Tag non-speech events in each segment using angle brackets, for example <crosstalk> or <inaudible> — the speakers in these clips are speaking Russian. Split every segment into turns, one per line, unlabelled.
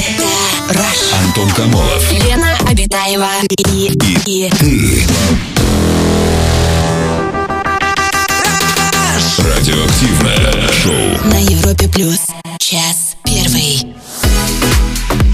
Это Раш.
Антон Камолов.
Лена Обитаева и, и,
Ты. Радиоактивное шоу.
на Европе плюс час первый.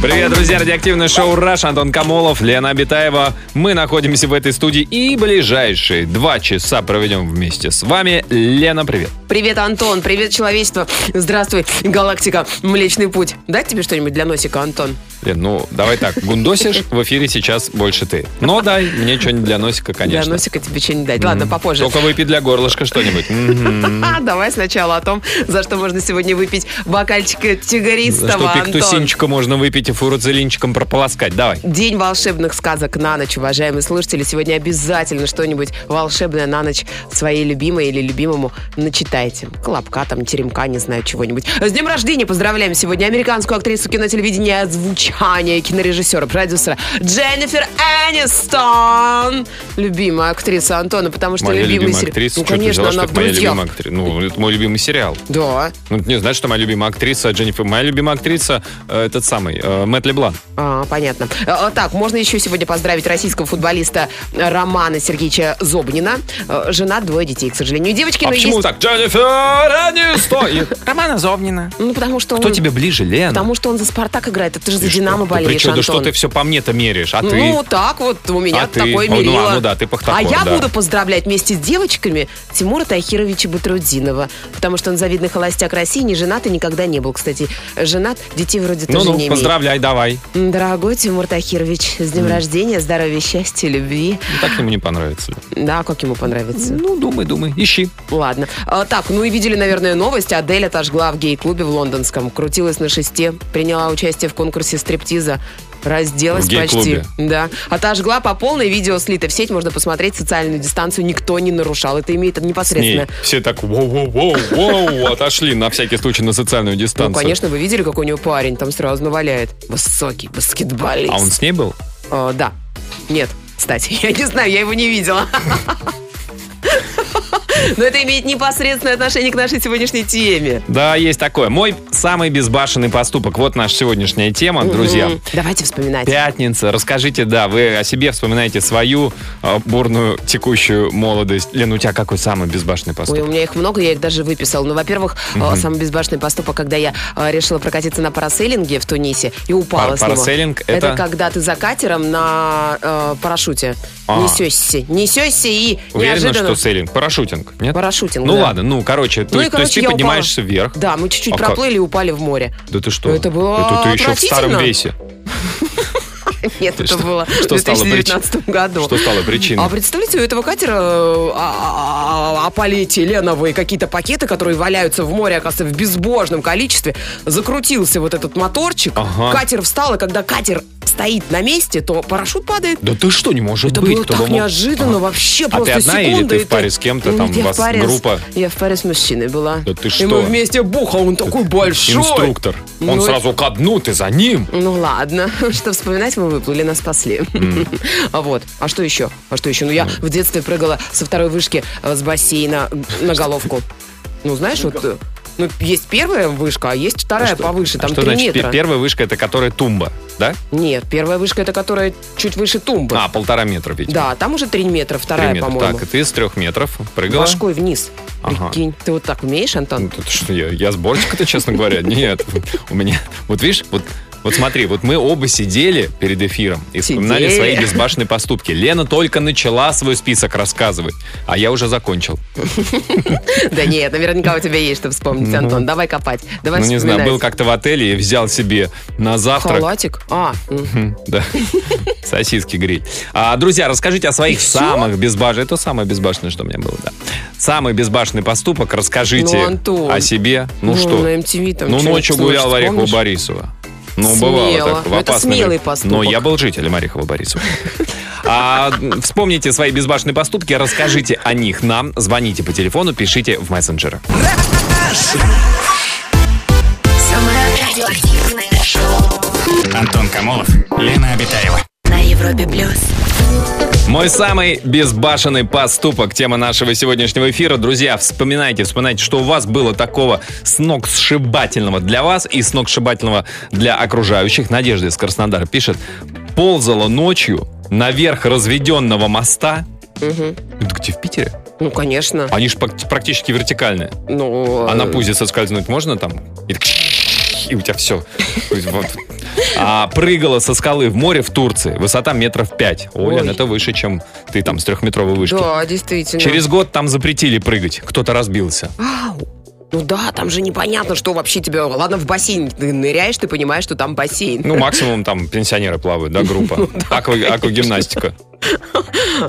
Привет, друзья! Радиоактивное шоу «Раш» Антон Камолов, Лена Абитаева. Мы находимся в этой студии и ближайшие два часа проведем вместе с вами. Лена, привет!
Привет, Антон. Привет, человечество. Здравствуй, галактика, Млечный Путь. Дать тебе что-нибудь для носика, Антон?
Лен, ну, давай так, гундосишь, в эфире сейчас больше ты. Но дай мне что-нибудь для носика, конечно.
Для носика тебе что-нибудь дать. Ладно, попозже.
Только выпей для горлышка что-нибудь.
<laughs>
Мгм.
А, <laughs> давай сначала о том, за что можно сегодня выпить бокальчик
За Что
тигристого, Антон.
пиктусинчика можно выпить и фуруцелинчиком прополоскать. Давай.
День волшебных сказок на ночь, уважаемые слушатели. Сегодня обязательно что-нибудь волшебное на ночь своей любимой или любимому начитайте. Колобка там, теремка, не знаю, чего-нибудь. С днем рождения поздравляем сегодня американскую актрису кино, телевидения, озвучания, кинорежиссера, продюсера Дженнифер Энистон. Любимая актриса Антона, потому что
Моя
любимый
любимая
сери-
актриса.
Ну,
Чё ты
конечно,
взяла, что
она в
это моя
«Друзьях».
любимая актриса? Ну, это мой любимый сериал.
Да.
Ну, ты не знаешь, что моя любимая актриса Дженнифер... Моя любимая актриса э, этот самый, э, Мэтт Леблан.
А, понятно. А, а, Так, можно еще сегодня поздравить российского футболиста Романа Сергеевича Зобнина. А, Жена, двое детей, к сожалению. Девочки,
А
но
почему
есть...
так? Дженнифер Энистон! И- <laughs>
Романа Зобнина.
Ну, потому что
Кто
он...
тебе ближе, Лена?
Потому что он за «Спартак» играет, а ты же
Ты
за
что?
«Динамо»
Да
болеешь,
причем, да
Антон.
что ты все по мне-то меришь, а ты...
Ну, так вот, у меня
А ты?
такое
О, ну, а,
мерило.
ну да, ты пахтакор,
А я
да.
буду поздравлять вместе с девочками Тимура Тахировича Батрудинова, потому что он завидный холостяк России, не женат и никогда не был, кстати. Женат, детей вроде
Ну,
тоже
ну,
не имеет.
поздравляй, давай.
М, Дорогой Тимур Тахирович, с днем рождения, здоровья, счастья, любви.
Ну, Так ему не понравится.
Да, как ему понравится.
Ну, думай, думай, ищи.
Ладно. А, так, ну и видели, наверное, новость. Адель отожгла в гей-клубе в лондонском. Крутилась на шесте, приняла участие в конкурсе стриптиза. Разделась
В
почти.
гей-клубе?
Да. Отожгла по полной видео слито в сеть. Можно посмотреть социальную дистанцию. Никто не нарушал. Это имеет
С ней.
непосредственно.
Все так воу-воу-воу-воу отошли на всякий случай на социальную дистанцию.
Ну, конечно, вы видели, какой у него парень. Там сразу наваляет. Высокий баскетболист.
А он с ней был?
Э, да. Нет, кстати, <laughs> я не знаю, я его не видела. <laughs> Но это имеет непосредственное отношение к нашей сегодняшней теме.
Да, есть такое. Мой самый безбашенный поступок. Вот наша сегодняшняя тема, друзья.
Мгм. Давайте вспоминать.
Пятница. Расскажите, да, вы о себе вспоминаете свою э, бурную текущую молодость. Лен, у тебя какой самый безбашенный
Ой, у
поступок?
меня их много, я их даже выписал. Ну, во-первых, э, самый безбашенный поступок, когда я э, решила прокатиться на парасейлинге в Тунисе и упала
Пар-
с него.
парасейлинг это?
когда ты за катером на э, парашюте
А.
несешься. Несешься и
Уверена,
неожиданно...
что сейлинг? Парашютинг, нет?
Парашютинг,
Ну
да.
ладно, ну, короче, ты,
Ну и,
то есть
короче,
ты
я упала.
поднимаешься вверх.
Да, мы чуть-чуть
А как?
проплыли и упали в море. <laughs>
Да ты что?
Это было
Это ты еще в старом
отвратительно.
весе.
Нет,
Ты
это
что-
было в
что стало прич-
2019 году.
Что стало причиной?
А представляете, у этого катера э, а- а- а- опали этиленовые какие-то пакеты, которые валяются в море, оказывается, в безбожном количестве. Закрутился вот этот моторчик,
Ага.
катер встал, и когда катер стоит на месте, то парашют падает.
Да ты что, не может
Это
быть?
было
кто
так
бы мог?
неожиданно вообще,
А
просто
ты одна или
секунда.
ты
и
в паре с кем-то, там,
Нет,
у
я в
вас
паре с-
группа?
Я в паре с мужчиной была.
Да ты
И
что?
мы вместе буха, он такой большой.
Инструктор. Он
Ну,
сразу ко дну, ты за ним.
Ну ладно, <laughs> что вспоминать, мы выплыли, нас спасли. <laughs> А вот, а что еще? А что еще? Ну я в детстве прыгала со второй вышки э, с бассейна на головку. Ну знаешь, вот э, ну, есть первая вышка, а есть вторая повыше, там
что
3
значит пе-
метра.
первая вышка, это которая тумба, да?
Нет, первая вышка это которая чуть выше тумбы.
А, полтора метра, видимо.
Да, там уже 3 метра,
Три
вторая,
метра.
по-моему.
Так, и ты с трех метров прыгала?
Башкой вниз.
Ага.
Прикинь, ты вот так умеешь,
Ну,
Антон?
тут что, я, я сборщик-то, честно говоря, <laughs> нет. У меня, вот видишь, вот, вот смотри, вот мы оба сидели перед эфиром и вспоминали
Сидели.
свои безбашенные поступки. Лена только начала свой список рассказывать, а я уже закончил.
Да нет, наверняка у тебя есть что вспомнить, Антон. Давай копать. Давай
Ну, не знаю,
вспоминать.
был как-то в отеле и взял себе на завтрак
Халатик? А, м.
М, Да. <laughs> Сосиски гриль. А, друзья, расскажите о своих самых безбашенных... Это самое безбашенное, что у меня было, да. Самый безбашенный поступок. Расскажите
Ну, Антон.
о себе. Ну, что?
на MTV там
ну,
что-нибудь
ночью гулял в
слышишь,
Орехово
помнишь?
Борисова. Ну,
Смело.
бывало так. в
Ну, это
опасное
смелый
время.
поступок.
Но я был жителем Орехова Борисова. А, м, вспомните свои безбашенные поступки, расскажите о них нам, звоните по телефону, пишите в мессенджеры.
Самое радиоактивное шоу
Антон Камолов, Лена Обитаева.
на Европе плюс.
Мой самый безбашенный поступок. Тема нашего сегодняшнего эфира. Друзья, вспоминайте, вспоминайте, что у вас было такого сногсшибательного для вас и сногсшибательного для окружающих. Надежда из Краснодара пишет. Ползала ночью наверх разведенного моста. Это где, в Питере?
Ну, конечно.
Они же практически вертикальные.
Ну,
А
э,
на пузе соскользнуть можно там? И, так и у тебя все. А прыгала со скалы в море в Турции. Высота метров пять. О, Лен,
Ой.
это выше, чем ты там с трехметровой вышки.
Да, действительно.
Через год там запретили прыгать. Кто-то разбился.
Ау. Ну да, там же непонятно, что вообще тебе... Ладно, в бассейн ты ныряешь, ты понимаешь, что там бассейн.
Ну, максимум там пенсионеры плавают, да,
<laughs> Ну
группа. Аква- Аквагимнастика.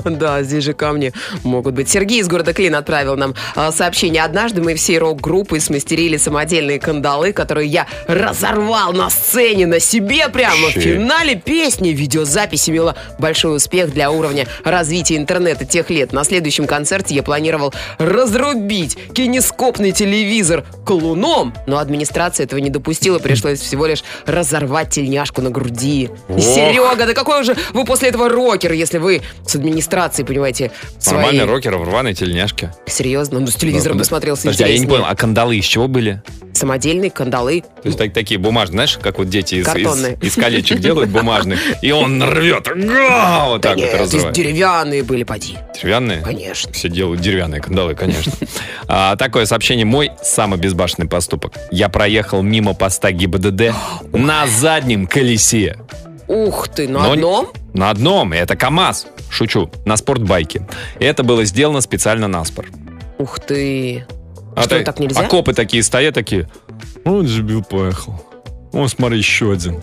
Да, здесь же камни могут быть. Сергей из города Клин отправил нам а, сообщение. Однажды мы всей рок-группой смастерили самодельные кандалы, которые я разорвал на сцене, на себе прямо. В
Ши.
финале песни видеозапись имела большой успех для уровня развития интернета тех лет. На следующем концерте я планировал разрубить кинескопный телевизор клуном, но администрация этого не допустила. Пришлось всего лишь разорвать тельняшку на груди.
Ох.
Серега, да какой же вы после этого рокер, если вы с администрацией, понимаете, своей...
Нормальный рокер в рваной тельняшке.
Серьезно? Ну, с телевизором
Да,
посмотрелся
Подожди, а я не
интереснее.
понял, а кандалы из чего были?
Самодельные кандалы.
То есть так- такие бумажные, знаешь, как вот дети из,
Картонные.
из, из колечек делают бумажные,
<laughs>
и он рвет. Га! Вот
Да
так вот
нет, здесь
разрывает.
деревянные были, поди.
Деревянные?
Конечно.
Все делают деревянные кандалы, конечно. А, такое сообщение. Мой самый безбашенный поступок. Я проехал мимо поста ГИБДД на заднем колесе.
Ух ты, на
Но не-
одном?
На одном. Это КАМАЗ. Шучу. На спортбайке. Это было сделано специально на спор.
Ух ты. Что,
ты-
так нельзя?
А копы такие стоят, такие. Он забил, поехал. О, смотри, еще один.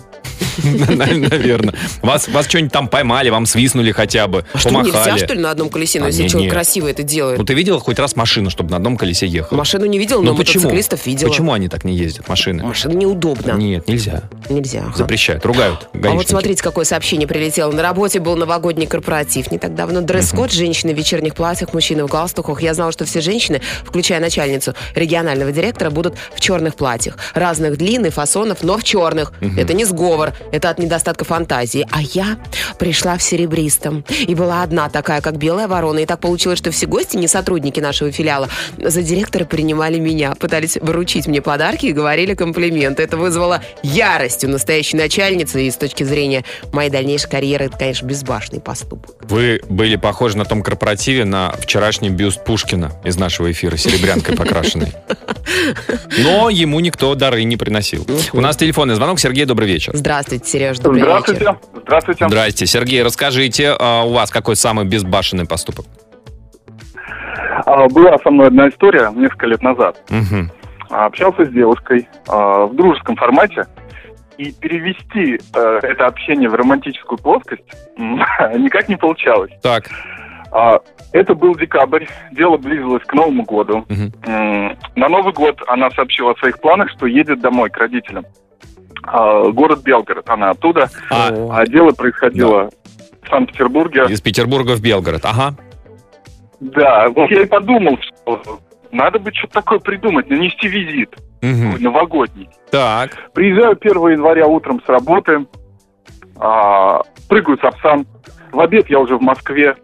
<laughs> Наверное. Вас, вас что-нибудь там поймали, вам свистнули хотя бы,
А что, нельзя,
помахали.
что ли, на одном колесе? Но
А,
если
не, не.
человек красиво это делает.
Ну, ты видел хоть раз машину, чтобы на одном колесе ехала?
Машину не видел, но Ну, мотоциклистов видела.
Почему они так не ездят, машины?
Машина неудобно.
Нет, нельзя.
Нельзя. ага.
Запрещают, ругают.
А вот
гаишники.
смотрите, какое сообщение прилетело. На работе был новогодний корпоратив не так давно. Дресс-код, женщины в вечерних платьях, мужчины в галстуках. Я знала, что все женщины, включая начальницу регионального директора, будут в черных платьях. Разных длин и фасонов, но в черных. Это не сговор, это от недостатка фантазии. А я пришла в серебристом. И была одна такая, как белая ворона. И так получилось, что все гости, не сотрудники нашего филиала, за директора принимали меня, пытались вручить мне подарки и говорили комплименты. Это вызвало ярость у настоящей начальницы. И с точки зрения моей дальнейшей карьеры, это, конечно, безбашенный поступок.
Вы были похожи на том корпоративе на вчерашний бюст Пушкина из нашего эфира, серебрянкой покрашенный. Но ему никто дары не приносил. У нас телефонный звонок. Сергей, добрый вечер.
Здравствуйте, Сереж, добрый вечер.
Здравствуйте. Здравствуйте.
Здрасте. Сергей, расскажите, а, у вас какой самый безбашенный поступок?
А, Была со мной одна история несколько лет назад.
Мгм.
А, Общался с девушкой а, в дружеском формате. И перевести э, это общение в романтическую плоскость м, <laughs> никак не получалось.
Так,
А, Это был декабрь, дело близилось к Новому году.
Мгм.
М, На Новый год она сообщила о своих планах, что едет домой к родителям. А, Город Белгород, она оттуда.
а,
А дело происходило в Санкт-Петербурге.
из Петербурга в Белгород. Ага.
Да, вот я и подумал, что надо бы что-то такое придумать, нанести визит
Мгм.
новогодний.
Так,
Приезжаю 1 января утром с работы, а, прыгаю сапсан, в обед я уже в Москве,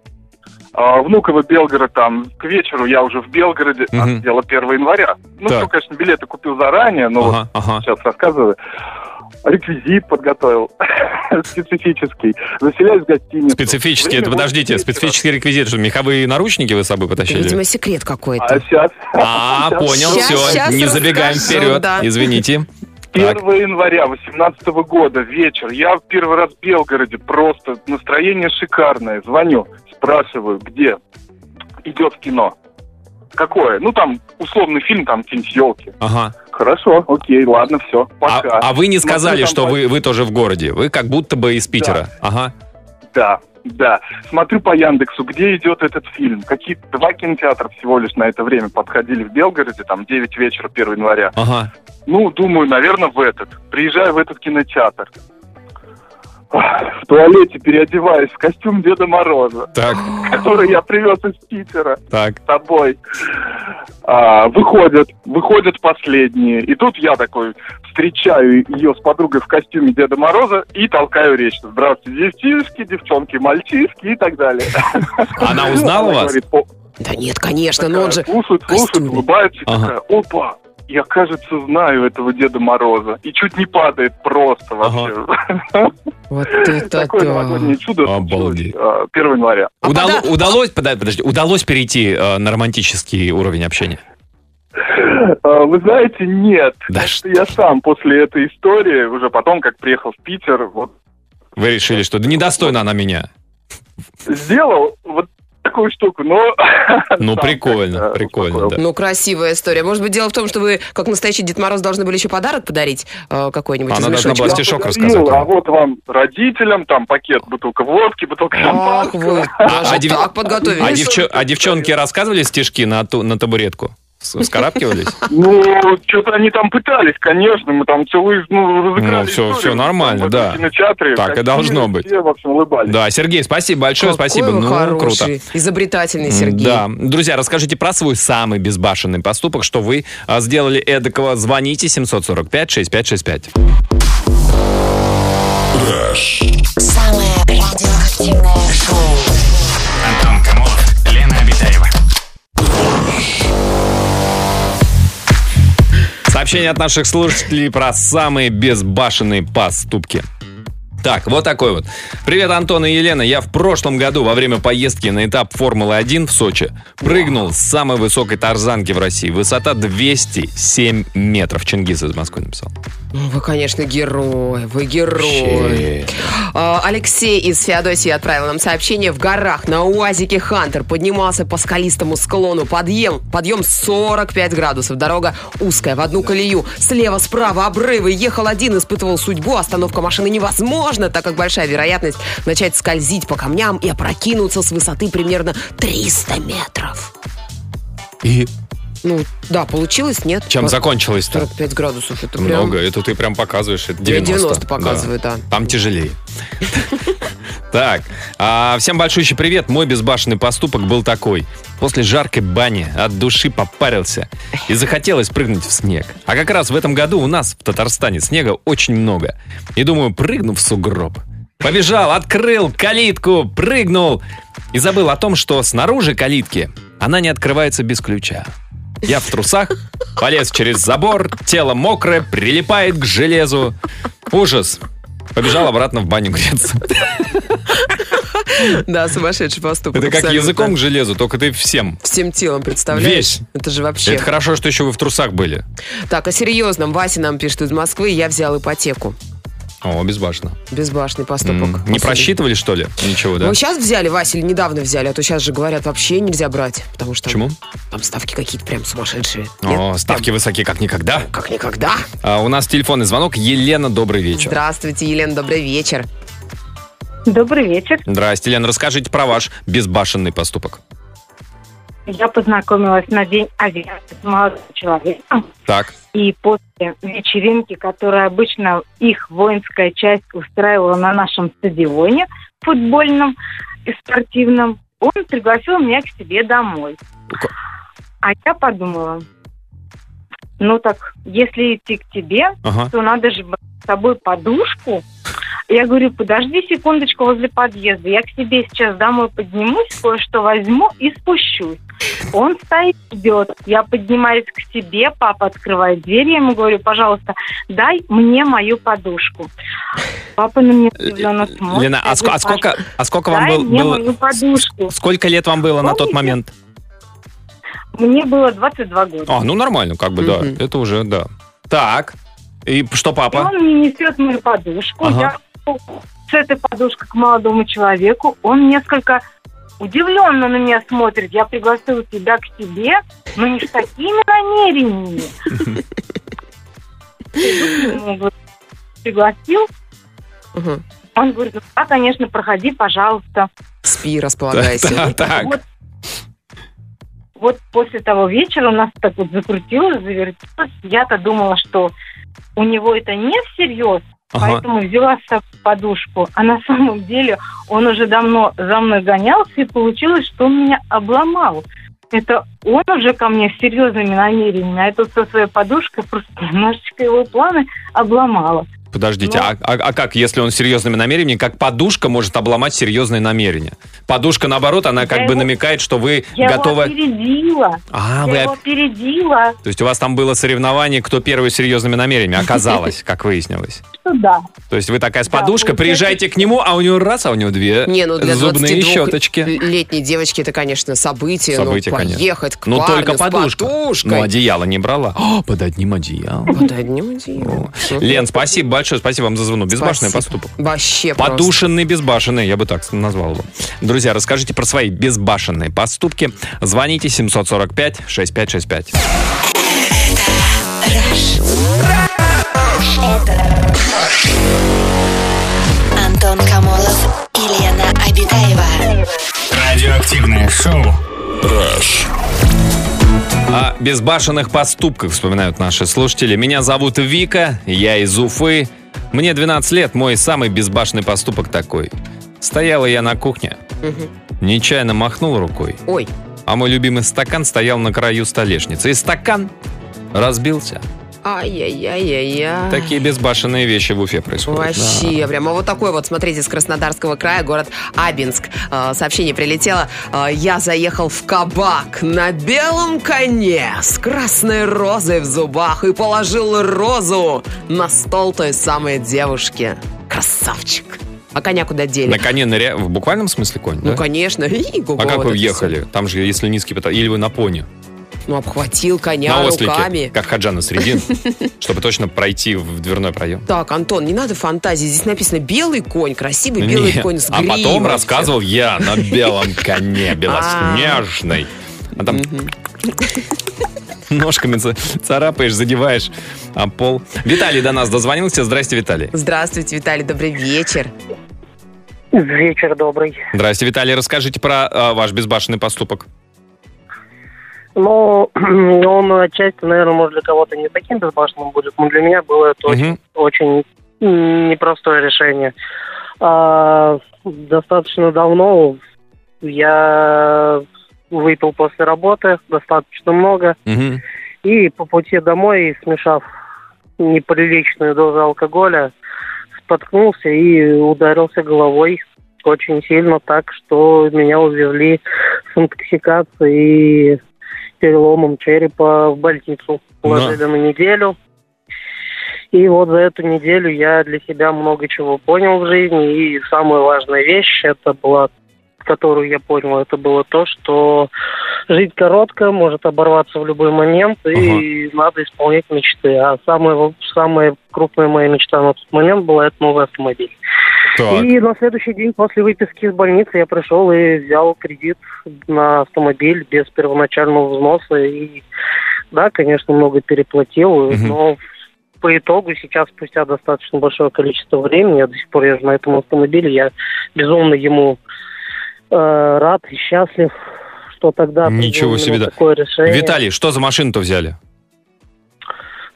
а, Внуково, Белгород, там, к вечеру я уже в Белгороде, а
Мгм.
дело 1 января. Ну,
Так.
что, конечно, билеты купил заранее, но вот
ага, ага.
сейчас рассказываю. Реквизит подготовил, <laughs> специфический. Заселяюсь в гостиницу.
Специфический,
Время
это подождите,
восемь вечера.
специфический реквизит, что меховые наручники вы с собой
Это,
потащили?
видимо, секрет какой-то.
А сейчас... <laughs>
А, понял,
Щас,
все,
щас
не забегаем
расскажу,
вперед,
да.
извините.
1
Так.
января 2018 года, вечер. Я в первый раз в Белгороде, просто настроение шикарное. Звоню, спрашиваю, где идет кино. Какое? Ну, там, условный фильм, там, какие елки.
Ага.
Хорошо, окей, ладно, все,
А,
пока.
а вы не
Смотрю
сказали,
там
что вы, вы тоже в городе. Вы как будто бы из Питера. Ага.
Да, да. Смотрю по Яндексу, где идет этот фильм. Какие два кинотеатра всего лишь на это время подходили в Белгороде, там, 9 вечера 1 января.
Ага.
Ну, думаю, наверное, в этот. Приезжаю в этот кинотеатр. в туалете переодеваюсь в костюм Деда Мороза, <laughs>
Так,
который я привез из Питера
так.
с тобой. А, выходят, выходят последние. И тут я такой встречаю ее с подругой в костюме Деда Мороза и толкаю речь. Здравствуйте, девчишки, девчонки, мальчишки и так далее.
Она узнала
Она
вас?
говорит, «О,
Да нет, конечно, но он же...
слушает, слушает,
костюме.
улыбается и
Ага.
такая, опа, я, кажется, знаю этого Деда Мороза. И чуть не падает просто вообще.
Вот это
<laughs> Такое новогоднее
да.
чудо случилось,
Обалдеть.
а, 1 января.
А
Удало-
пода-
Удалось, пода- подожди, удалось перейти э, на романтический уровень общения?
А, Вы знаете, нет.
Да
Как-то
что
я сам после этой истории, уже потом, как приехал в Питер, вот
Вы решили, что да недостойна она меня.
сделал вот такую штуку, но...
Ну,
<laughs> сам
прикольно,
как-то
прикольно,
успокоился.
да.
Ну, красивая история. Может быть, дело в том, что вы, как настоящий Дед Мороз, должны были еще подарок подарить э, какой-нибудь
Она
из
должна
мешочка?
была стишок
Подарил,
рассказать.
А вот вам родителям, там пакет, бутылка водки, бутылка
Ах,
шампанского.
вы
а
даже
дев-
так подготовились.
А, девчо- а девчонки рассказывали стишки на, ту- на табуретку? С- Вскарабкивались?
Ну, что-то они там пытались, конечно, мы там целую, ну,
Ну,
разыграли
всё-
историю.
всё нормально,
Там в
да.
этом кинотеатре.
Так и
Какие
должно быть.
Все, в общем, улыбались.
Да, Сергей, спасибо большое,
Какой
спасибо.
вы
Ну, круто.
хороший, Изобретательный Сергей.
Да. Друзья, расскажите про свой самый безбашенный поступок, что вы а, сделали эдакого. Звоните 745-6565.
Самое радиоактивное шоу.
Антон Камолов, Лена Обитаева.
Сообщение от наших слушателей про самые безбашенные поступки. Так, вот такой вот. Привет, Антон и Елена. Я в прошлом году во время поездки на этап Формулы-1 в Сочи прыгнул с самой высокой тарзанки в России. Высота 207 метров. Чингис из Москвы написал.
Ну, Вы, конечно, герой. Вы герой. А, Алексей из Феодосии отправил нам сообщение. В горах на УАЗике Хантер поднимался по скалистому склону. Подъем, подъем 45 градусов. Дорога узкая, в одну колею. Слева, справа обрывы. Ехал один, испытывал судьбу. Остановка машины невозможна, так как большая вероятность начать скользить по камням и опрокинуться с высоты примерно 300 метров.
И
Ну, да, получилось, нет?
чем
Вот
закончилось-то?
45 градусов. Это прям-
Много. Это ты прям показываешь. Это 90.
90,
да.
показывает, да.
Там тяжелее. Так, а, всем большущий привет. Мой безбашенный поступок был такой. После жаркой бани от души попарился и захотелось прыгнуть в снег. А как раз в этом году у нас в Татарстане снега очень много. И думаю, прыгну в сугроб. Побежал, открыл калитку, прыгнул и забыл о том, что снаружи калитки она не открывается без ключа. Я в трусах, полез через забор, тело мокрое, прилипает к железу. Ужас. Побежал обратно в баню греться.
<laughs> Да, сумасшедший поступок.
Это как
абсолютно.
языком к железу, только ты всем.
Всем телом, представляешь?
Весь.
Это же вообще.
Это хорошо, что еще вы в трусах были.
Так, о серьезном. Вася нам пишет из Москвы. Я взял ипотеку.
О, безбашно.
Безбашный поступок.
М, Не
Особенно.
просчитывали, что ли? Ничего, да?
Мы сейчас взяли, Василь, недавно взяли, а то сейчас же говорят, вообще нельзя брать, потому что
Почему?
там ставки какие-то прям сумасшедшие.
О, ставки высоки, как никогда.
Как никогда.
А у нас телефонный звонок. Елена, добрый вечер.
Здравствуйте, Елена, добрый вечер.
Добрый вечер.
Здрасте, Елена. Расскажите про ваш безбашенный поступок.
Я познакомилась на день авиации с молодым человеком.
Так,
И после вечеринки, которую обычно их воинская часть устраивала на нашем стадионе футбольном и спортивном, он пригласил меня к себе домой.
Ка-
А я подумала, ну так, если идти к тебе,
ага.
то надо же брать с собой подушку. Я говорю, подожди секундочку возле подъезда, я к себе сейчас домой поднимусь, кое-что возьму и спущусь. Он стоит, ждет. Я поднимаюсь к себе, папа открывает дверь, я ему говорю, пожалуйста, дай мне мою подушку. Папа на меня удивленно смотрит.
Лена, а,
Я
ск- а
говорю,
сколько, а сколько
«Дай
вам был-
мне
было...
мою подушку.
Сколько лет вам было на тот
Помните?
момент?
Мне было 22 года.
А, ну нормально, как бы,
Мгм.
да. Это уже, да. Так. И что,
И
папа?
он мне несет мою подушку.
Ага.
Я с этой подушкой к молодому человеку. Он несколько удивленно на меня смотрит. Я пригласила тебя к себе, но не с такими намерениями. Я ему говорю, Пригласил.
Мгм.
Он говорит, ну да, конечно, проходи, пожалуйста.
Спи, располагайся.
<laughs> Да, Так.
Вот, вот после того вечера у нас так вот закрутилось, завертелось. Я-то думала, что у него это не всерьез,
Ага.
Поэтому взяла с собой подушку. А на самом деле он уже давно за мной гонялся, и получилось, что он меня обломал. Это он уже ко мне с серьезными намерениями, а я тут со своей подушкой просто немножечко его планы обломала.
Подождите,
Ну.
а, а- а как, если он с серьезными намерениями, как подушка может обломать серьезные намерения? Подушка, наоборот, она как
Я
бы
его-
намекает, что вы
Я
готовы...
его опередила.
А,
я
вы...
его
оп-
опередила,
То есть у вас там было соревнование, кто первый с серьезными намерениями,
<laughs>
оказалось, как выяснилось.
что да.
То есть вы такая с
Да,
подушкой,
получается-
приезжаете к нему, а у него раз, а у него две
Не, ну для
зубные
22
щеточки.
летней девочки это, конечно, событие.
Событие,
ну,
конечно.
поехать к
Ну
парню
только
с
подушка.
подушкой.
Ну одеяло не брала. О, под одним одеялом.
Под одним одеялом.
Лен, спасибо большое, спасибо вам за звонок. Безбашенный
Спасибо.
поступок.
Вообще просто.
Подушенный, безбашенный, я бы так назвал его. Друзья, расскажите про свои безбашенные поступки. Звоните 745-6565.
Антон Камолов и Лена Обитаева.
Радиоактивное шоу.
Rush.
О безбашенных поступках вспоминают наши слушатели. Меня зовут Вика, я из Уфы. Мне 12 лет, мой самый безбашенный поступок такой. Стояла я на кухне,
Мгм.
нечаянно махнул рукой,
Ой,
а мой любимый стакан стоял на краю столешницы. И стакан разбился.
ай-яй-яй-яй-яй.
Такие безбашенные вещи в Уфе происходят.
Вообще, прям. А вот такой вот, смотрите, с Краснодарского края, город Абинск. А, Сообщение прилетело. А, Я заехал в кабак на белом коне с красной розой в зубах и положил розу на стол той самой девушки. Красавчик. А коня
Да.
куда дели?
На коне ныря... В буквальном смысле конь,
Ну,
да?
конечно. И го-го,
А как
вот
вы
это
въехали? Там же, если низкий потолок, или вы на пони,
всё. Ну, обхватил коня
на ослике,
руками.
как Хаджана
<laughs>
Средин, чтобы точно пройти в дверной проем.
Так, Антон, не надо фантазии. Здесь написано белый конь, красивый белый
Нет.
конь с А.
А
гривой.
потом рассказывал я на белом
<laughs>
коне белоснежной. А там <laughs> ножками ца- царапаешь, задеваешь а пол. Виталий до нас дозвонился. Здрасте, Виталий.
Здравствуйте, Виталий, добрый вечер.
Вечер добрый.
Здрасте, Виталий. Расскажите про а, ваш безбашенный поступок.
Ну, <clears throat> он отчасти, наверное, может, для кого-то не таким безбашенным будет, но для меня было это очень,
Мгм.
очень непростое решение. А, достаточно давно я выпил после работы, достаточно много,
Мгм.
и по пути домой, смешав неприличную дозу алкоголя, споткнулся и ударился головой очень сильно так, что меня увезли с интоксикацией и переломом черепа в больницу.
Да.
Положили на неделю. И вот за эту неделю я для себя много чего понял в жизни. И самая важная вещь, это была, которую я понял, это было то, что жизнь короткая, может оборваться в любой момент, и надо исполнять мечты. А самая, во- самая крупная моя мечта на тот момент была это новый автомобиль.
Так.
И на следующий день после выписки из больницы я пришел и взял кредит на автомобиль без первоначального взноса. И да, конечно, много переплатил,
Мгм.
но по итогу сейчас, спустя достаточно большое количество времени, я до сих пор езжу на этом автомобиле, я безумно ему э, рад и счастлив, что тогда принял
Ничего себе,
именно
да.
такое решение.
Виталий, что за машину-то взяли?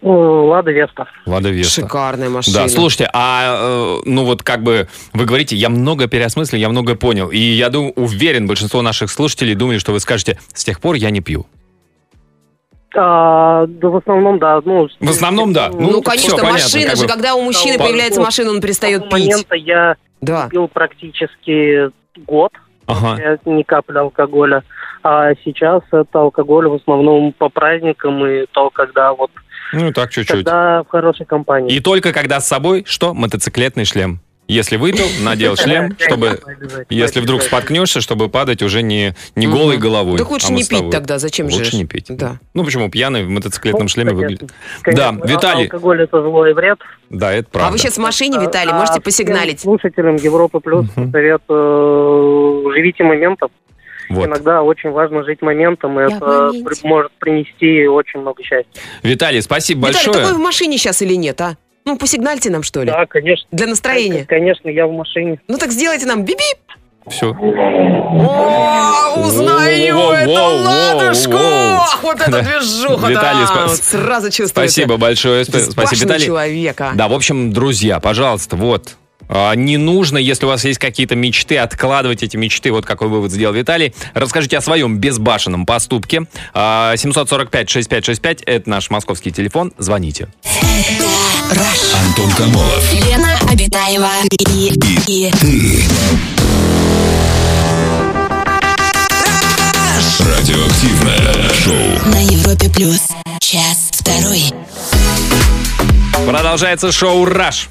Э, Лада Веста.
Лада Веста.
Шикарная машина.
Да, слушайте, а э, ну вот как бы вы говорите, я много переосмыслил, я много понял. И я думаю, уверен, большинство наших слушателей думали, что вы скажете, с тех пор я не пью.
А, да, в основном, да. Ну,
В основном, да.
Ну,
Ну,
конечно,
всё, понятно,
машина
как
же,
бы.
когда у мужчины
По-
появляется машина, он
с того
перестает пить.
момента я
Да.
пил практически год,
Ага.
э, ни капли алкоголя. А сейчас это алкоголь в основном по праздникам и то, когда вот
Ну, так чуть-чуть.
когда в хорошей компании.
И только когда с собой, что? Мотоциклетный шлем. Если выпил, надел
<laughs>
шлем, чтобы, если вдруг споткнешься, чтобы падать уже не, не голой
Мгм.
головой.
Так лучше
а
не
мостовую.
пить тогда, зачем же?
Лучше не пить.
Да. А
Ну, почему? Пьяный в мотоциклетном
Ну,
шлеме
конечно. ну,
выглядит. Да, Виталий.
Алкоголь это зло и вред.
Да, это
А вы
правда.
сейчас в машине, Виталий,
А
можете
всем
посигналить.
Слушателям Европы Плюс
Мгм.
советую живите моментом.
Вот.
Иногда очень важно жить моментом, и
Я в
это
моменте.
при- может принести очень много счастья.
Виталий, спасибо
Виталий,
большое.
такой в машине сейчас или нет, а? Ну, посигнальте нам, что ли?
Да, конечно.
Для настроения.
Конечно, я в машине.
Ну так сделайте нам биби.
Все.
О, узнаю
Воу, воу,
эту
воу,
ладушку!
воу.
Ах, Вот это
Да.
движуха,
Виталий,
да,
спа-
вот сразу чувствуется.
Спасибо большое. Спа- Спасибо,
Безбашенный
Виталий.
человек, а.
Да, в общем, друзья, пожалуйста, вот. А, Не нужно, если у вас есть какие-то мечты, откладывать эти мечты. Вот какой вывод сделал Виталий. Расскажите о своем безбашенном поступке. А, 745-6565 – это наш московский телефон. Звоните.
Антон Камолов.
Лена Обитаева и, и
Радиоактивное шоу.
на Европе плюс час второй.
Продолжается шоу «Раш».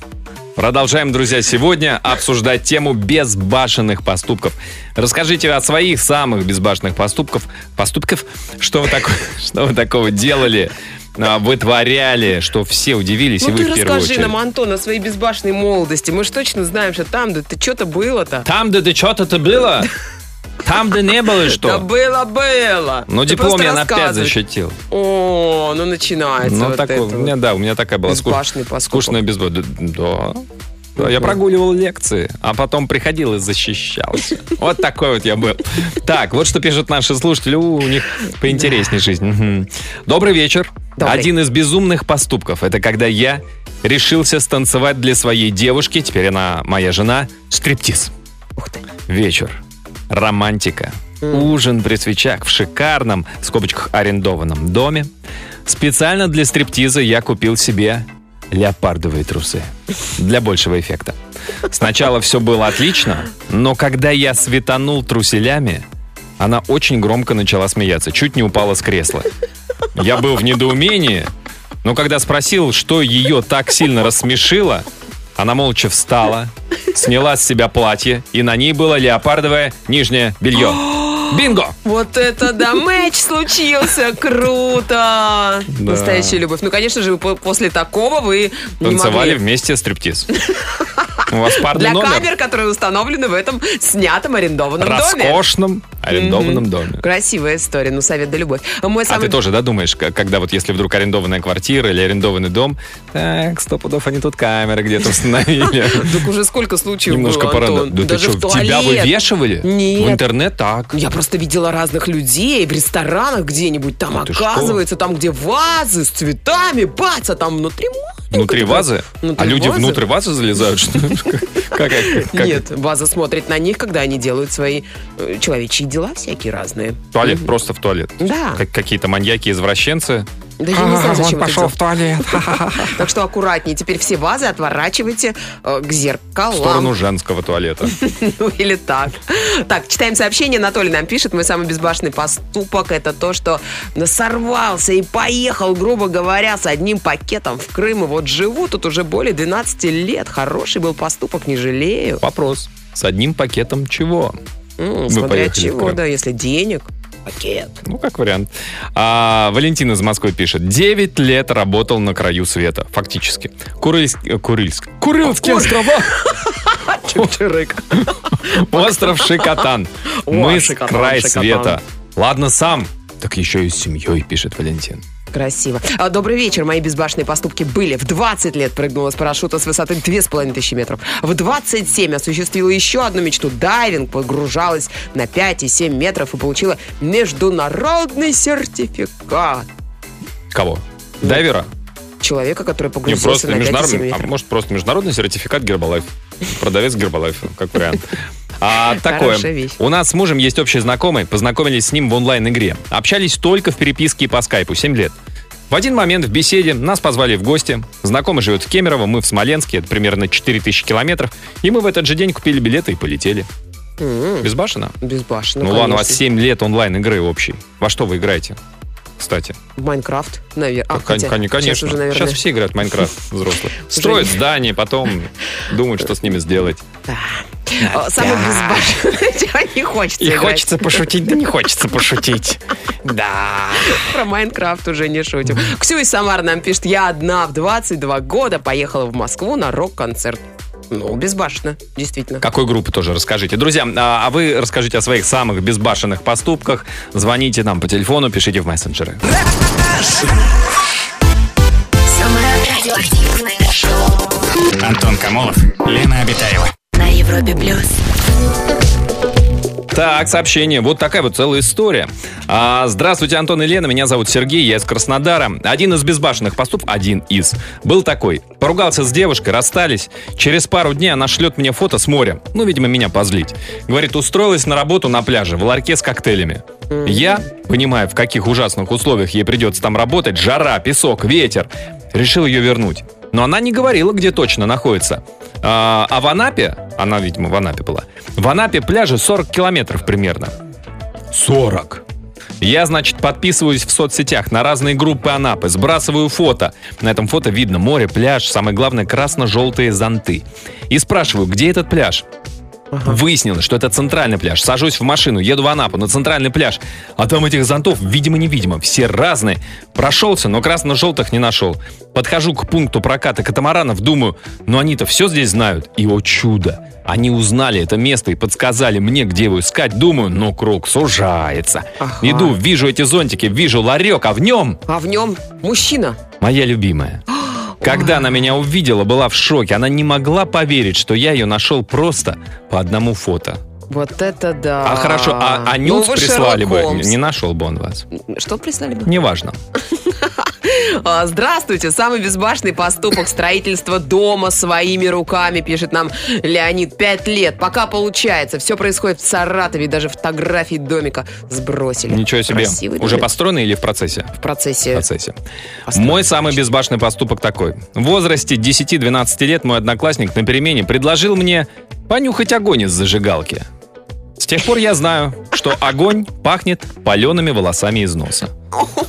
Продолжаем, друзья, сегодня обсуждать тему безбашенных поступков. Расскажите о своих самых безбашенных поступков. Поступков? Что вы, тако- <laughs> что вы такого делали, а, вытворяли, что все удивились, и
Ну
вы
ты
в первую
расскажи
очередь.
нам, Антон, о своей безбашенной молодости. Мы же точно знаем, что там, да ты что-то было-то.
Там, да ты что-то было? Там, да не было и
<laughs> Да
что?
было, было.
Ну,
Ты
диплом
просто
я на 5
рассказывай.
защитил.
О, ну начинается
Ну,
вот
такой,
это
у меня,
вот.
да, у меня такая была скуш-
Безбашенный поступок.
скучная безбо- Да, да. Да, я прогуливал лекции, а потом приходил и защищался. Вот такой вот я был. Так, вот что пишут наши слушатели. У, у них поинтереснее жизнь. Мгм. Добрый вечер.
Добрый.
Один из безумных поступков – это когда я решился станцевать для своей девушки, теперь она моя жена, стриптиз.
Ух ты.
Вечер. Романтика. Ужин при свечах в шикарном, в скобочках, арендованном доме. Специально для стриптиза я купил себе леопардовые трусы. Для большего эффекта. Сначала все было отлично, но когда я светанул труселями, она очень громко начала смеяться, чуть не упала с кресла. Я был в недоумении, но когда спросил, что ее так сильно рассмешило, она молча встала, сняла с себя платье, и на ней было леопардовое нижнее
<gasps>
белье. Бинго!
Вот это да, матч случился, <laughs> круто. Настоящая любовь. Ну, конечно же, по- после такого вы не
Танцевали
могли.
вместе
<laughs>
стриптиз. У вас парный
Для
номер
камер, которые установлены в этом снятом
в
арендованном доме.
роскошном арендованном доме.
Красивая история, ну, совет да любовь. Мой
А
самый
ты тоже, да, думаешь, к- когда вот если вдруг арендованная квартира или арендованный дом, так, сто пудов они тут камеры где-то
<laughs>
установили.
Так уже сколько случаев
Немножко
было,
пора.
Антон?
Да ты
Даже
что,
в туалет.
тебя вывешивали?
Нет. Ну,
В интернет так.
Я просто видела разных людей в ресторанах где-нибудь. Там,
Да А ты
оказывается, там, где вазы с цветами, бац, а там внутри... маленькая
Внутри
такая-
вазы?
Внутри
А люди
вазы?
внутрь вазы залезают? что ли? <laughs> Как- как- как-
Нет, ваза смотрит на них, когда они делают свои э, человечьи дела всякие разные.
Туалет, просто в туалет.
Да.
Как- Какие-то маньяки, извращенцы.
Да я не знаю, зачем это делать.
туалет.
<laughs> Так что аккуратнее. Теперь все вазы отворачивайте э, к
В
зеркалам.
сторону женского туалета.
Ну, или так. Так, читаем сообщение. Анатолий нам пишет, мой самый безбашенный поступок – это то, что сорвался и поехал, грубо говоря, с одним пакетом в Крым. И вот живу тут уже более 12 лет. Хороший был поступок, не жалею.
Вопрос. С одним пакетом чего?
М,
Вы
Смотря
поехали в
чего,
Крым.
да, если денег, пакет.
Ну, как вариант. А, Валентин из Москвы пишет. 9 лет работал на краю света, фактически. Курильск... э, Курильск. Курильские
<laughs>
острова! Остров Шикотан.
О,
Мыс
Шикотан,
край
Шикотан.
света. Ладно сам, так еще и с семьей, пишет Валентин.
Красиво. А, Добрый вечер. Мои безбашенные поступки были. В 20 лет прыгнула с парашюта с высоты 2500 метров. В 27 осуществила еще одну мечту. Дайвинг погружалась на 5,7 метров и получила международный сертификат.
Кого? Дайвера?
Человека, который
Не,
погрузился
просто
на 5,7
международный, а
метров.
может, просто международный сертификат Гербалайф. Продавец Гербалайф, как вариант. А, такое.
Хорошая вещь.
У нас с мужем есть общий знакомый. Познакомились с ним в онлайн-игре. Общались только в переписке и по скайпу. 7 лет. В один момент в беседе нас позвали в гости. Знакомый живет в Кемерово, мы в Смоленске. Это примерно 4000 километров. И мы в этот же день купили билеты и полетели.
М,
Безбашенно?
М-м. Безбашенно,
Ну ладно, у вас
конечно.
7 лет онлайн-игры общей. Во что вы играете? Кстати,
Майнкрафт, наверное.
Кон- кон- конечно.
А, Сейчас уже, наверное,
все играют в
<laughs>
Майнкрафт взрослые. Строят здания, потом думают, что с ними сделать.
а, самый безбашенный. <laughs> Чего не хочется
И
играть.
хочется пошутить, да не хочется
<laughs>
пошутить. Да.
Про Майнкрафт уже не шутим. Ксю из Самар нам пишет, я одна в 22 года поехала в Москву на рок-концерт. Ну, безбашенно, действительно.
Какой группы тоже расскажите. Друзья, а а вы расскажите о своих самых безбашенных поступках. Звоните нам по телефону, пишите в мессенджеры.
Самое радиоактивное шоу
Антон Камолов, Лена Обитаева.
на Европе плюс.
Так, сообщение. Вот такая вот целая история. А, здравствуйте, Антон и Лена. Меня зовут Сергей, я из Краснодара. Один из безбашенных поступков, один из, был такой. Поругался с девушкой, расстались. Через пару дней она шлет мне фото с моря. Ну, видимо, меня позлить. Говорит, устроилась на работу на пляже в ларьке с коктейлями. Я, понимая, в каких ужасных условиях ей придется там работать, жара, песок, ветер, решил ее вернуть. Но она не говорила, где точно находится. А, а в Анапе, она, видимо, в Анапе была, в Анапе пляжи 40 километров примерно. 40? Я, значит, подписываюсь в соцсетях на разные группы Анапы, сбрасываю фото. На этом фото видно море, пляж, самое главное, красно-желтые зонты. И спрашиваю, где этот пляж? Выяснилось, что это центральный пляж. Сажусь в машину, еду в Анапу на центральный пляж. А там этих зонтов, видимо-невидимо, все разные. Прошелся, но красно-желтых не нашел. Подхожу к пункту проката катамаранов, думаю, ну они-то все здесь знают. И, о чудо, они узнали это место и подсказали мне, где его искать. Думаю, ну круг сужается.
Ага.
Иду, вижу эти зонтики, вижу ларек, а в нем
А в нем мужчина.
моя любимая. Когда она меня увидела, была в шоке. Она не могла поверить, что я ее нашел просто по одному фото.
Вот это да.
А хорошо, а, а
Ну,
нюц
вы
прислали
Шерлок
бы,
Холмс.
не нашел бы он вас.
Что прислали бы?
Неважно.
А, Здравствуйте, самый безбашенный поступок строительство дома своими руками, пишет нам Леонид. Пять лет, пока получается. Все происходит в Саратове, даже фотографии домика сбросили.
Ничего себе.
Красивый Э,
Уже
домик.
построенный или в процессе?
в
В
процессе.
процессе.
Построен,
Мой самый безбашенный поступок такой. В возрасте 10-12 лет мой одноклассник на перемене предложил мне понюхать огонь из зажигалки. С тех пор я знаю, что огонь пахнет палеными волосами из носа.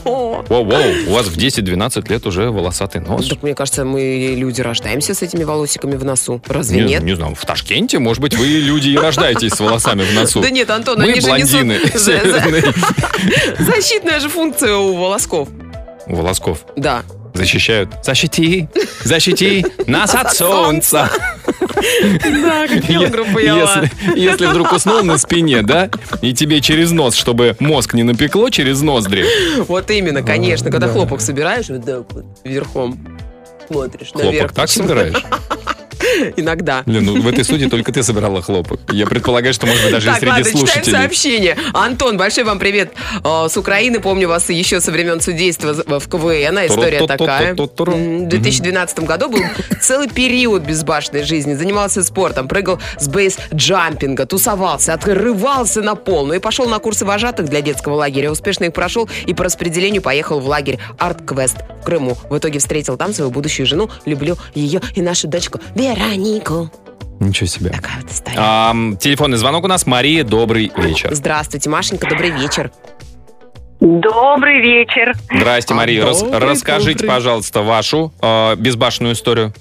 Воу-воу, у вас в 10-12 лет уже волосатый нос.
Так, мне кажется, мы люди рождаемся с этими волосиками в носу. Разве
Не,
нет?
не знаю, в Ташкенте, может быть, вы люди и рождаетесь с волосами в носу.
Да нет, Антон,
Мы
они же
блондины.
несут за- за-
северные. <laughs>
защитная же функция у волосков.
У волосков
Да.
защищают. Защити, защити
<laughs>
нас от солнца. <laughs>
Да, как
Е- Если, если вдруг уснул на спине, да, и тебе через нос, чтобы мозг не напекло, через ноздри.
Вот именно, конечно. Когда хлопок собираешь, вот так вот, верхом смотришь наверх.
Хлопок так собираешь?
Иногда.
Блин, ну в этой студии только ты собирала хлопок. Я предполагаю, что, может быть, даже и
Так,
среди
ладно, читаем
слушателей.
сообщение. Антон, большой вам привет э, с Украины. Помню вас еще со времен судейства в в КВН. а История
Тру-ту-ту-ту-ту-ту.
такая. М, В 2012 году был целый период безбашенной жизни. Занимался спортом, прыгал с бейс-джампинга, тусовался, отрывался на полную и пошел на курсы вожатых для детского лагеря. Успешно их прошел и по распределению поехал в лагерь Арт-Квест в Крыму. В итоге встретил там свою будущую жену. Люблю ее и нашу дочку Веронику.
Ничего себе.
Такая вот история.
А. Ам, телефонный звонок у нас. Мария, добрый вечер.
Здравствуйте, Машенька, добрый вечер.
Добрый вечер.
Здрасте,
А,
Мария. Рас-
добрый,
расскажите,
добрый.
пожалуйста, вашу э, безбашенную историю.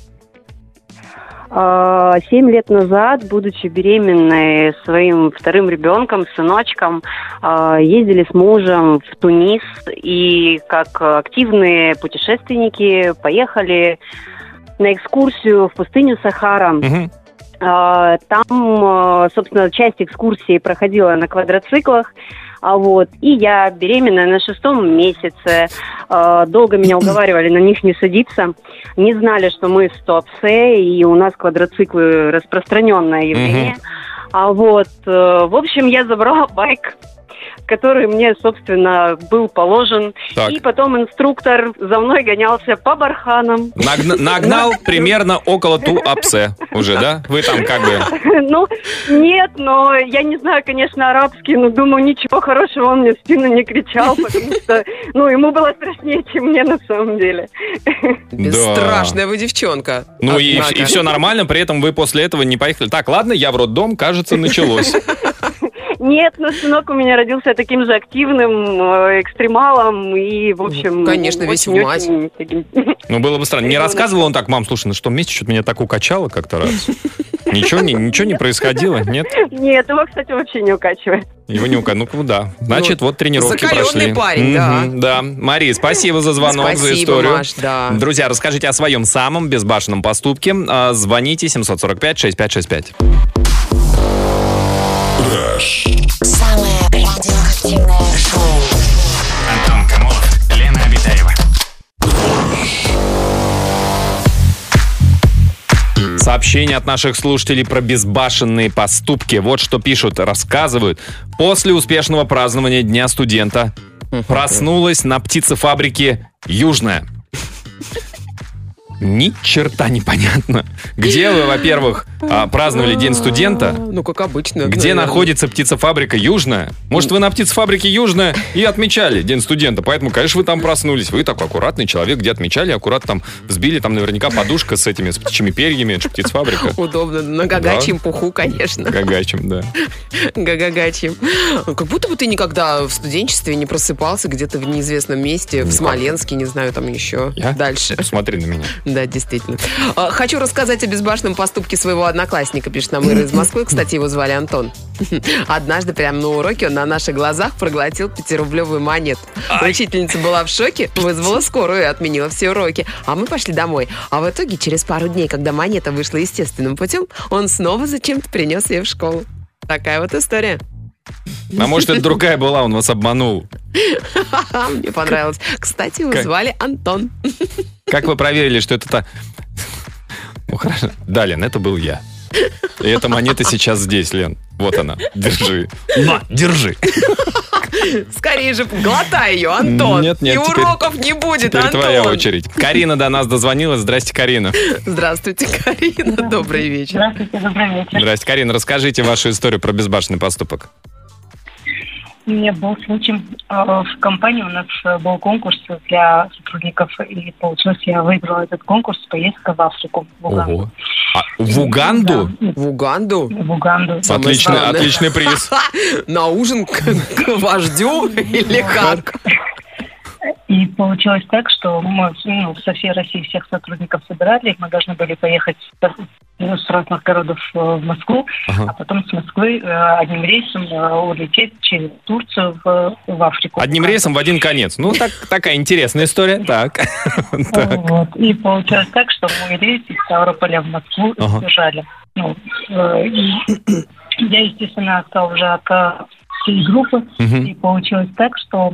А, Семь лет назад, будучи беременной своим вторым ребенком, сыночком, а, ездили с мужем в Тунис и как активные путешественники поехали на экскурсию в пустыню Сахара.
Мгм.
А, Там, э, собственно, часть экскурсии проходила на квадроциклах. А вот, и я беременная на шестом месяце. Э, Долго меня уговаривали на них не садиться. Не знали, что мы с Туапсе, и у нас квадроциклы распространенное явление. А вот, э, в общем, я забрала <laughs> байк, который мне, собственно, был положен.
Так.
И потом инструктор за мной гонялся по барханам. <laughs>
Нагна-
<laughs>
нагнал примерно около Туапсе уже, да? Вы там как бы...
Ну, нет, но я не знаю, конечно, арабский, но думаю, ничего хорошего он мне в спину не кричал, потому что, ну, ему было страшнее, чем мне на самом деле.
Бесстрашная вы девчонка.
Ну и,
Однако.
и все нормально, при этом вы после этого не поехали. Так, ладно, я в роддом, кажется, началось.
Нет, но сынок у меня родился таким же активным э, экстремалом и, в общем...
Ну, Конечно, весь в
очень-очень
мать.
таким.
Ну, было бы странно. Не
Ребенок.
рассказывал он так, мам, слушай, на что месте что-то меня так укачало как-то раз. Ничего не, ничего не происходило, нет?
<laughs> Нет, его, кстати, вообще не укачивает.
Его не укачало. Ну, да. Значит, вот тренировки прошли.
закалённый парень, да.
Мгм, да. Мария, спасибо за звонок,
Спасибо,
за историю.
Маш, да.
Друзья, расскажите о своем самом безбашенном поступке. А, Звоните 745-6565.
Самое радиоактивное шоу.
Антон Камолов, Лена Обитаева.
Сообщение от наших слушателей про безбашенные поступки. Вот что пишут, рассказывают. После успешного празднования Дня студента проснулась на птицефабрике Южная. Ни черта непонятно. Где вы, во-первых, а, праздновали День студента?
Ну, как обычно.
Где
наверное.
находится птицефабрика Южная? Может, вы на птицефабрике Южная и отмечали День студента, поэтому, конечно, вы там проснулись. Вы такой аккуратный человек, где отмечали, аккуратно там взбили, там наверняка подушка с этими, с птичьими перьями, это же птицефабрика.
Удобно. На гагачьем пуху, конечно. <laughs>
Гагачем, да.
Гагагачьим. Как будто бы ты никогда в студенчестве не просыпался где-то в неизвестном месте, в
Никак.
Смоленске, не знаю, там еще.
Я?
Дальше.
Смотри на меня.
Да, действительно. А, Хочу рассказать о безбашенном поступке своего одноклассника, пишет нам Ира из Москвы. Кстати, его звали Антон. <laughs> Однажды прямо на уроке он на наших глазах проглотил пятирублевую монету. Учительница была в шоке, вызвала скорую и отменила все уроки. А мы пошли домой. А в итоге, через пару дней, когда монета вышла естественным путем, он снова зачем-то принес ее в школу. Такая вот история.
А может, это другая была, он вас обманул.
Ха-ха, Мне понравилось. Кстати, его
Как?
звали Антон.
Как вы проверили, что это та... Ну, хорошо. Да, Лен, это был я. И эта монета сейчас здесь, Лен. Вот она. Держи. На, держи.
Скорее же, глотай ее, Антон.
Нет, нет,
И
теперь-
уроков не будет,
Теперь
Антон.
твоя очередь. Карина до нас дозвонилась. Здрасте, Карина.
Здравствуйте, Карина. Добрый вечер.
Здравствуйте, добрый вечер.
Здрасте, Карина. Расскажите вашу историю про безбашенный поступок.
У меня был случай э, в компании, у нас э, был конкурс для сотрудников, и получилось, я выиграла этот конкурс, поездка в Африку, в Уганду.
А в Уганду?
Да,
В Уганду?
в Уганду.
Самое
Отличный,
странное.
отличный приз.
На ужин к, к вождю или как?
И получилось так, что мы ну, со всей России всех сотрудников собирали, мы должны были поехать с, ну, с разных городов э, в Москву, а
Ага.
потом с Москвы э, одним рейсом э, улететь через Турцию в, в Африку. А
Одним рейсом в один конец. Ну, так, такая интересная история. Так. <laughs> Так.
Вот. И получилось так, что мой рейс из Ставрополя в Москву
Ага.
сбежали. Ну, э, и я, естественно, осталась уже от э, всей группы.
Мгм.
И получилось так, что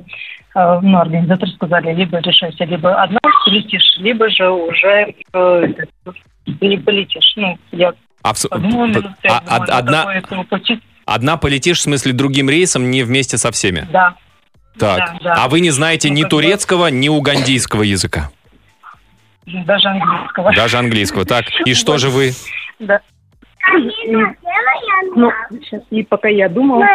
э, ну, организаторы сказали, либо решайся, либо одна полетишь, либо же уже э, не полетишь. Ну, я
А в с-
подумала минут пять,
а-
думаю,
од-
ну,
одна,
какой это пути.
одна полетишь, в смысле, другим рейсом, не вместе со всеми.
Да,
Так.
да.
А вы не знаете
Ну,
ни
как бы-
турецкого, ни угандийского языка.
даже английского.
Даже
<laughs>
английского. Так. И что же вы?
Ну, сейчас, и пока я думала,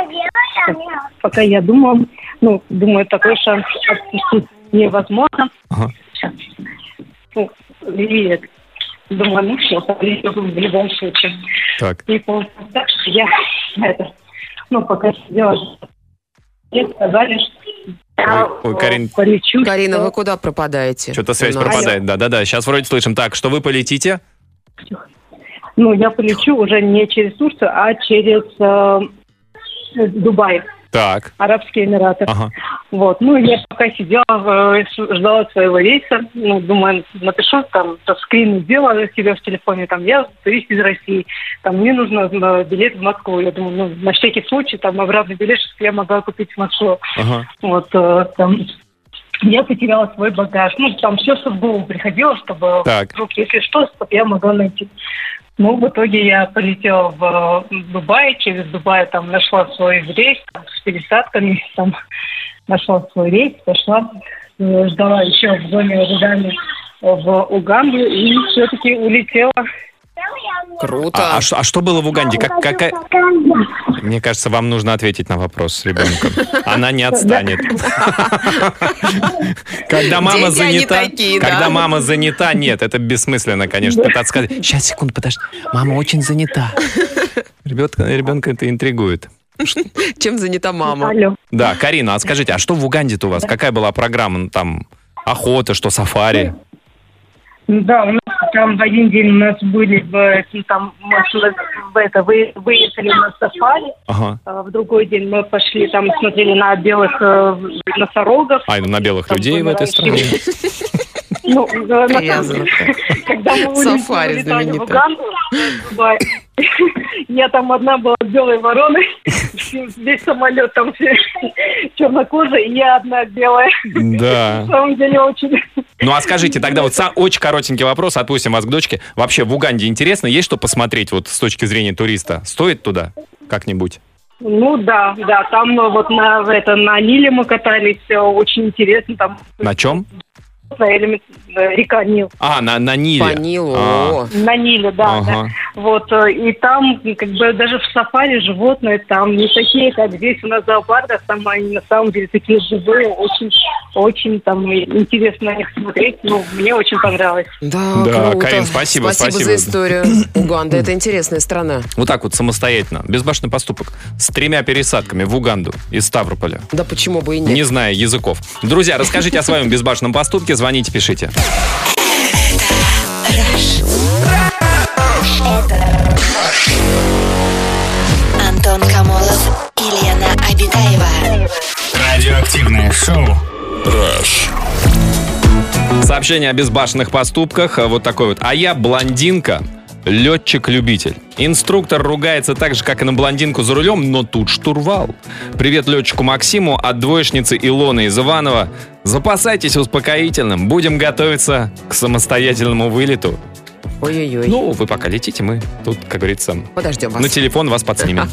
пока я думала, ну, думаю, такой шанс отпустить невозможно.
Ага.
Сейчас. Ну, и думаю, ну все, в любом случае.
Так.
И получилось так, что я это, ну, пока сидела, мне сказали, что я
Ой, ой, Карин.
полечу.
Карина, вы куда пропадаете?
Что-то связь
Ну,
У нас?
пропадает. Да, да, да. Сейчас вроде слышим. Так, что вы полетите?
Ну, я полечу уже не через Турцию, а через э, Дубай,
Так.
Арабские Эмираты.
Ага.
Вот, ну я пока сидела, э, с- ждала своего рейса, ну, думаю, напишу там, со скрин сделаю себе в телефоне, там, я турист из России, там, мне нужно э, билет в Москву, я думаю, ну, на всякий случай, там, обратный билет, чтобы я могла купить в Москву,
Ага.
вот, э, там, я потеряла свой багаж, ну, там, все, что в голову приходило, чтобы
Так.
вдруг, если что, чтобы я могла найти. Ну, в итоге я полетела в э, Дубай, через Дубай там нашла свой рейс там, с пересадками, там нашла свой рейс, пошла, э, ждала еще в зоне ожидания в Уганду и все-таки улетела.
Круто.
А, а что- а что было в Уганде? Как, какая... Мне кажется, вам нужно ответить на вопрос с
<laughs>
ребенком. Она не отстанет. Когда мама
Дети, они
занята...
такие, да.
Когда мама занята, нет, это бессмысленно, конечно. Пытаться сказать, сейчас, секунду, подожди. Мама очень занята. Ребенка, ребенка это интригует.
Чем занята мама?
Алло.
Да, Карина, а скажите, а что в Уганде-то у вас? Какая была программа? Ну, Там охота, что сафари?
Ну Да, у нас там в один день у нас были в, ну, там, мы с- в это, вы, выехали на сафари,
Ага.
а в другой день мы пошли там смотрели на белых э, носорогов.
Ай, ну на белых
Там
людей в этой стране.
вымирающих. Ну, да, на
Я
самом <laughs>
знаю.
деле, когда мы улетели-
Сафари
улетали в
знаменитое.
Уганду, в Дубай, <laughs> я там одна была с белой вороной, <laughs> весь самолет <laughs> там все чернокожие, и я одна белая.
Да.
На самом деле очень
Ну а скажите тогда вот сам, очень коротенький вопрос, отпустим вас к дочке. Вообще в Уганде интересно, есть что посмотреть вот с точки зрения туриста? Стоит туда как-нибудь?
Ну да, да, там ну, вот на в это на Ниле мы катались, э, очень интересно, там
На чем?
на элемент- э, река Нил.
А, на, на Ниле.
По Нилу.
А.
О.
На Ниле, да, да.
Ага.
Вот, э, и там, и как бы, даже в сафари животные там не такие, как здесь у нас в зоопарках, там они на самом деле такие живые, очень, очень там и интересно на них смотреть, ну, мне очень понравилось.
Да,
Да,
круто.
Карин, спасибо,
Спасибо
спасибо. <clears throat>
за историю. Уганда, это интересная страна.
Вот так вот самостоятельно, безбашенный поступок, с тремя пересадками в Уганду из Ставрополя,
Да почему бы и нет?
не зная языков. Друзья, расскажите о своем безбашенном поступке, звоните, пишите.
Антон Камолов и Лена Обитаева.
Радиоактивное шоу.
Сообщение о безбашенных поступках, э, вот такой вот. А я блондинка, летчик-любитель. Инструктор ругается так же, как и на блондинку за рулем, но тут штурвал. Привет летчику Максиму от двоечницы Илоны из Иванова. Запасайтесь успокоительным, будем готовиться к самостоятельному вылету.
Ой-ой-ой.
Ну, вы пока летите, мы тут, как говорится,
Подождем вас.
на телефон вас
<laughs>
подснимем.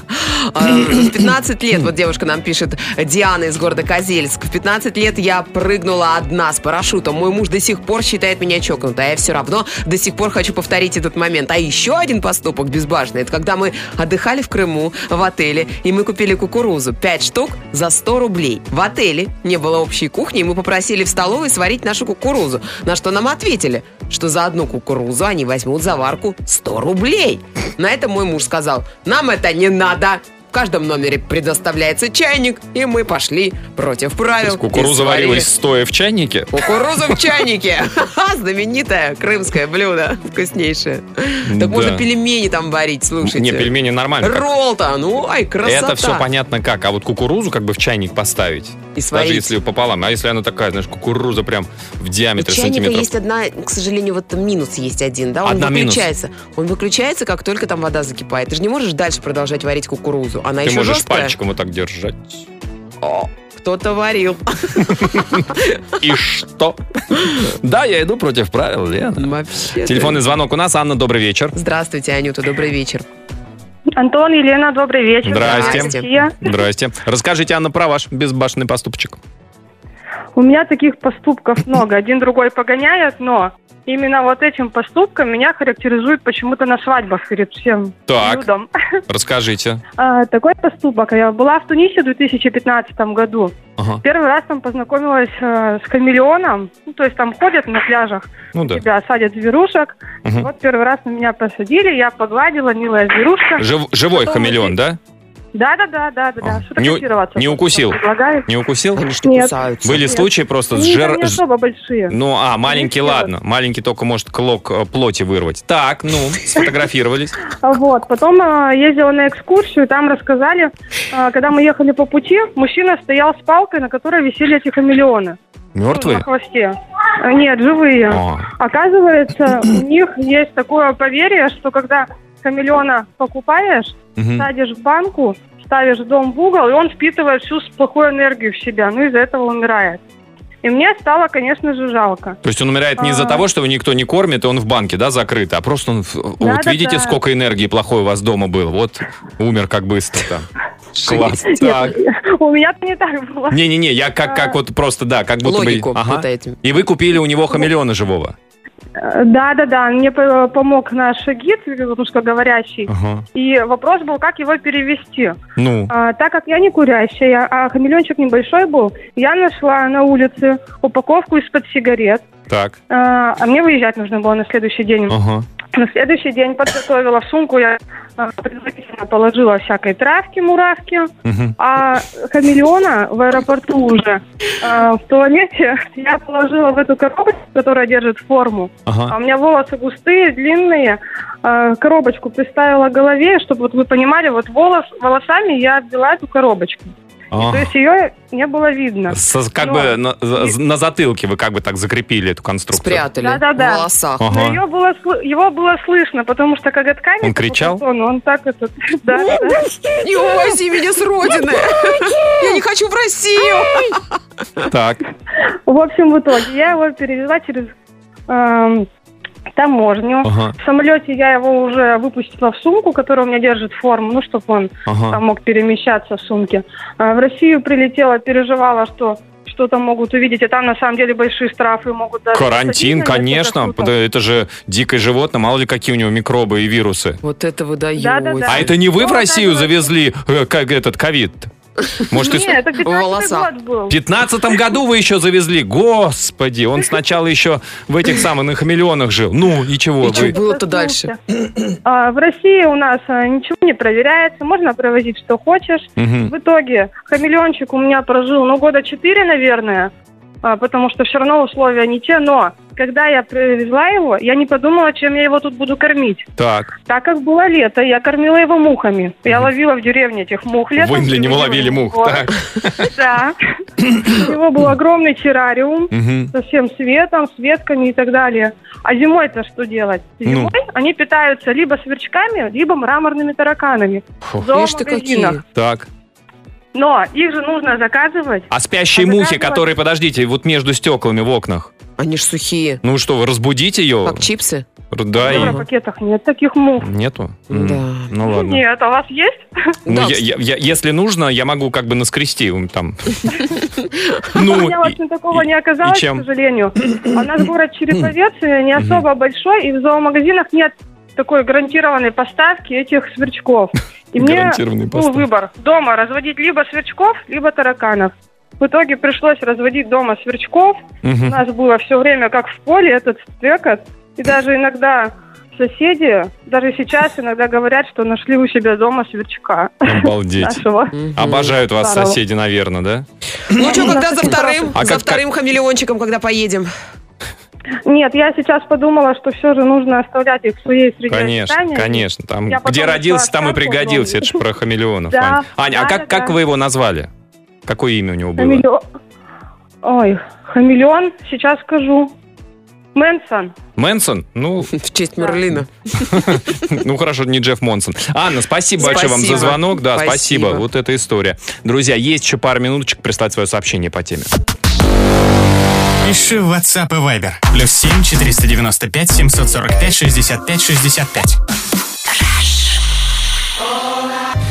А, В 15 лет, вот девушка нам пишет, Диана из города Козельск. В 15 лет я прыгнула одна с парашютом. Мой муж до сих пор считает меня чокнутой, а я все равно до сих пор хочу повторить этот момент. А еще один поступок безбашенный, это когда мы отдыхали в Крыму в отеле, и мы купили кукурузу. 5 штук за 100 рублей. В отеле не было общей кухни, и мы попросили в столовой сварить нашу кукурузу. На что нам ответили, что за одну кукурузу они возьмут заварку 100 рублей. На это мой муж сказал, нам это не надо. В каждом номере предоставляется чайник, и мы пошли против
То
правил.
есть кукуруза
И сварили
варилась стоя в чайнике.
Кукуруза в чайнике. <laughs> Ха-ха, Знаменитое крымское блюдо. Вкуснейшее.
Да.
Так можно пельмени там варить, слушайте.
Не, пельмени нормально. как
Ролл-то, ну, ай, красота.
Это все понятно как. А вот кукурузу как бы в чайник поставить.
И
Даже
сварить.
если пополам. А если она такая, знаешь, кукуруза прям в
У
диаметре
чайника
сантиметров.
есть одна, к сожалению, вот там минус есть один, да, он
Одна минус.
выключается. Он выключается, как только там вода закипает. Ты же не можешь дальше продолжать варить кукурузу. Она
Ты
еще
можешь
жесткая.
пальчиком вот так держать.
О, кто-то варил. <laughs>
И что? Да, я иду против правил, Лена.
Вообще.
Телефонный звонок у нас. Анна, добрый вечер.
Здравствуйте, Анюта, добрый вечер.
Антон, Елена, добрый вечер.
Здрасте.
Анастасия.
Здрасте. Расскажите, Анна, про ваш безбашенный поступочек.
У меня таких
<laughs>
поступков много. Один другой погоняет, но именно вот этим поступком меня характеризуют почему-то на свадьбах перед всем
Так,
людом.
расскажите.
А, такой поступок. Я была в Тунисе в 2015 году.
Ага.
Первый раз там познакомилась э, с хамелеоном. Ну, то есть там ходят на пляжах,
Ну да.
тебя садят зверушек.
Мгм.
Вот первый раз на меня посадили, я погладила, милая зверушка.
Жив- живой
Потом
хамелеон, да?
Да-да-да-да-да.
А.
Что
Не у-
фотографироваться,
не укусил?
Предлагаю.
Не укусил?
Они что,
Нет.
кусаются?
Были
Нет.
случаи просто с
Они там
жир...
не
с-
особо большие.
Ну, а, маленький,
Конечно.
ладно. Маленький только может клок э, плоти вырвать. Так, ну, сфотографировались.
Вот, потом э, ездила на экскурсию, там рассказали, э, когда мы ехали по пути, мужчина стоял с палкой, на которой висели эти хамелеоны. На
Мертвые?
хвосте. Э, Нет, живые.
О,
Оказывается, у них есть такое поверье, что когда хамелеона покупаешь,
мгм.
садишь в банку, ставишь дом в угол, и он впитывает всю с- плохую энергию в себя, ну из-за этого умирает. И мне стало, конечно же, жалко. <laughs>
То есть он умирает не из-за
А.
того, что его никто не кормит, и он в банке, да, закрыт, а просто он... в-
Да,
Вот
да,
видите,
да.
сколько энергии плохой у вас дома было? Вот умер как быстро-то. Класс. Так.
У меня-то не так было.
Не-не-не, я как,
А.
как вот просто, да, как будто
Логику
бы... Ага.
вот этим.
И вы купили у него хамелеона живого?
Э, Да-да-да, мне по- помог наш гид, русскоговорящий.
Ага.
И вопрос был, как его перевести.
Ну,
А, так как я не курящая, а хамелеончик небольшой был, я нашла на улице упаковку из-под сигарет.
так.
А, а мне выезжать нужно было на следующий день.
Ага.
На следующий день подготовила в сумку, я а, предварительно положила всякой травки, муравки.
Мгм.
А хамелеона в аэропорту уже, а, в туалете, <laughs> я положила в эту коробочку, которая держит форму. А
Ага.
у меня волосы густые, длинные. Э, Коробочку приставила к голове, чтобы вот вы понимали, вот волос, волосами я обвела эту коробочку. То
Ага.
есть ее не было видно.
С- Как
Но-
бы на, за- на затылке вы как бы так закрепили эту конструкцию.
Спрятали
Да-да-да.
в волосах.
Но
Ага.
её было, сл- его было слышно, потому что коготками...
Он
как у
кричал?
Катона, Он так этот... Да, да, да.
Не
Ну,
увози меня с родины! Я не хочу в Россию!
Так.
В общем, в итоге я его перевела через эм, таможню.
Ага,
В самолете я его уже выпустила в сумку, которая у меня держит форму, ну, чтобы он
ага.
там мог перемещаться в сумке. А В Россию прилетела, переживала, что что-то могут увидеть, а там на самом деле большие штрафы могут дать.
Карантин, конечно, потому- это же дикое животное, мало ли какие у него микробы и вирусы.
Вот это вы даете.
Да-да-да.
А это не вы в
Ну,
Россию
да, да.
завезли, э, как этот ковид? Может, и
Нет,
в
это
волосах.
15 год был.
15 году вы еще завезли. Господи, он сначала еще в этих самых на хамелеонах жил. Ну, и чего
И что
вы?
было-то дальше?
Проснулся. А, в России у нас а, ничего не проверяется, можно провозить что хочешь.
Мгм.
В итоге хамелеончик у меня прожил, ну, года четыре, наверное, а, потому что все равно условия не те, но когда я привезла его, я не подумала, чем я его тут буду кормить.
Так,
Так как было лето, я кормила его мухами. Я ловила в деревне этих мух летом.
вы для него
привозила
ловили
в
мух.
город.
Так.
Да. У него был огромный террариум
Мгм.
со всем светом, с ветками и так далее. А зимой-то что делать?
Ну.
Зимой они питаются либо сверчками, либо мраморными тараканами.
Фу.
В зоомагазинах.
Видишь ты какие.
Так.
Но их же нужно заказывать.
А спящие
А
мухи,
заказывать?
которые, подождите, вот между стеклами в окнах.
Они ж сухие.
Ну что, вы разбудите ее?
Как чипсы?
Р- Да,
В
и-
европакетах нет таких мух.
Нету? М.
Да.
Ну ладно.
Нет, а у вас есть?
Ну,
Да.
я- я- я- если нужно, я могу как бы наскрести м,
<laughs>
там.
У
Ну,
меня, в общем, такого
и-
не оказалось,
и чем?
к сожалению. У
<coughs>
нас город Череповец э, не особо большой, и в зоомагазинах нет такой гарантированной поставки этих сверчков. И мне
гарантированный
был
поставки.
выбор дома разводить либо сверчков, либо тараканов. В итоге пришлось разводить дома сверчков. У
Мгм.
нас было все время как в поле этот стрекот. И даже иногда соседи, даже сейчас иногда говорят, что нашли у себя дома сверчка
Обалдеть.
нашего.
Мгм.
Обожают вас
Здорово.
соседи, наверное, да?
Ну что, когда за вторым?
А
за
как-
вторым хамелеончиком, когда поедем? <laughs>
Нет, я сейчас подумала, что все же нужно оставлять их в своей среде
Конечно,
обитания.
конечно. Там,
Я потом
где
нашла
родился, там и
овчарку
пригодился.
дома.
Это же про хамелеонов.
Да,
Аня. Аня, а
да,
как,
да,
как
да.
вы его назвали? Какое имя у него было?
Хамелеон. Ой, хамелеон, сейчас скажу. Мэнсон.
Мэнсон? Ну, <laughs>
В честь Мерлина.
ну хорошо, не Джефф Монсон. Анна, спасибо большое вам за
Спасибо.
звонок. Да, спасибо.
Спасибо.
Вот эта история. Друзья, есть еще пару минуточек прислать свое сообщение по теме.
Пиши в WhatsApp и Viber. Плюс 7 495 745 65 65.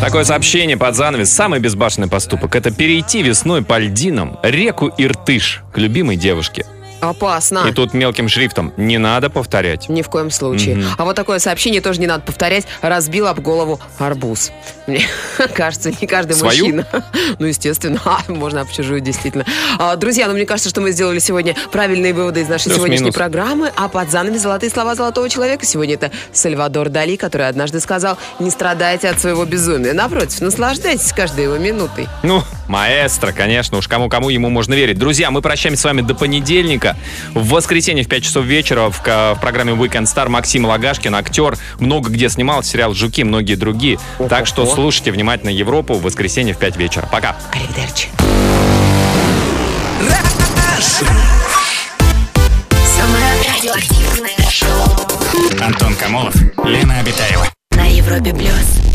Такое сообщение под занавес. Самый безбашенный поступок – это перейти весной по льдинам реку Иртыш к любимой девушке.
Опасно.
И тут мелким шрифтом «Не надо повторять».
Ни в коем случае.
Мгм.
А вот такое сообщение тоже не надо повторять. Разбил об голову арбуз. Мне <laughs> кажется, не каждый
Свою?
мужчина. <laughs> Ну, естественно, А, можно об чужую, действительно. А, друзья, ну мне кажется, что мы сделали сегодня правильные выводы из нашей
Плюс-минус.
сегодняшней программы. А под занавес золотые слова золотого человека сегодня это Сальвадор Дали, который однажды сказал, не страдайте от своего безумия. Напротив, наслаждайтесь каждой его минутой.
Ну, маэстро, конечно, уж кому-кому ему можно верить. Друзья, мы прощаемся с вами до понедельника. В воскресенье в 5 часов вечера в, ка- в программе Weekend Star Максим Лагашкин, актер, много где снимал сериал «Жуки», многие другие. Так что слушайте внимательно Европу в воскресенье в 5 вечера. Пока!
Аривидерчи.
Самое радиоактивное шоу
Антон Камолов, Лена Обитаева.
на Европе плюс.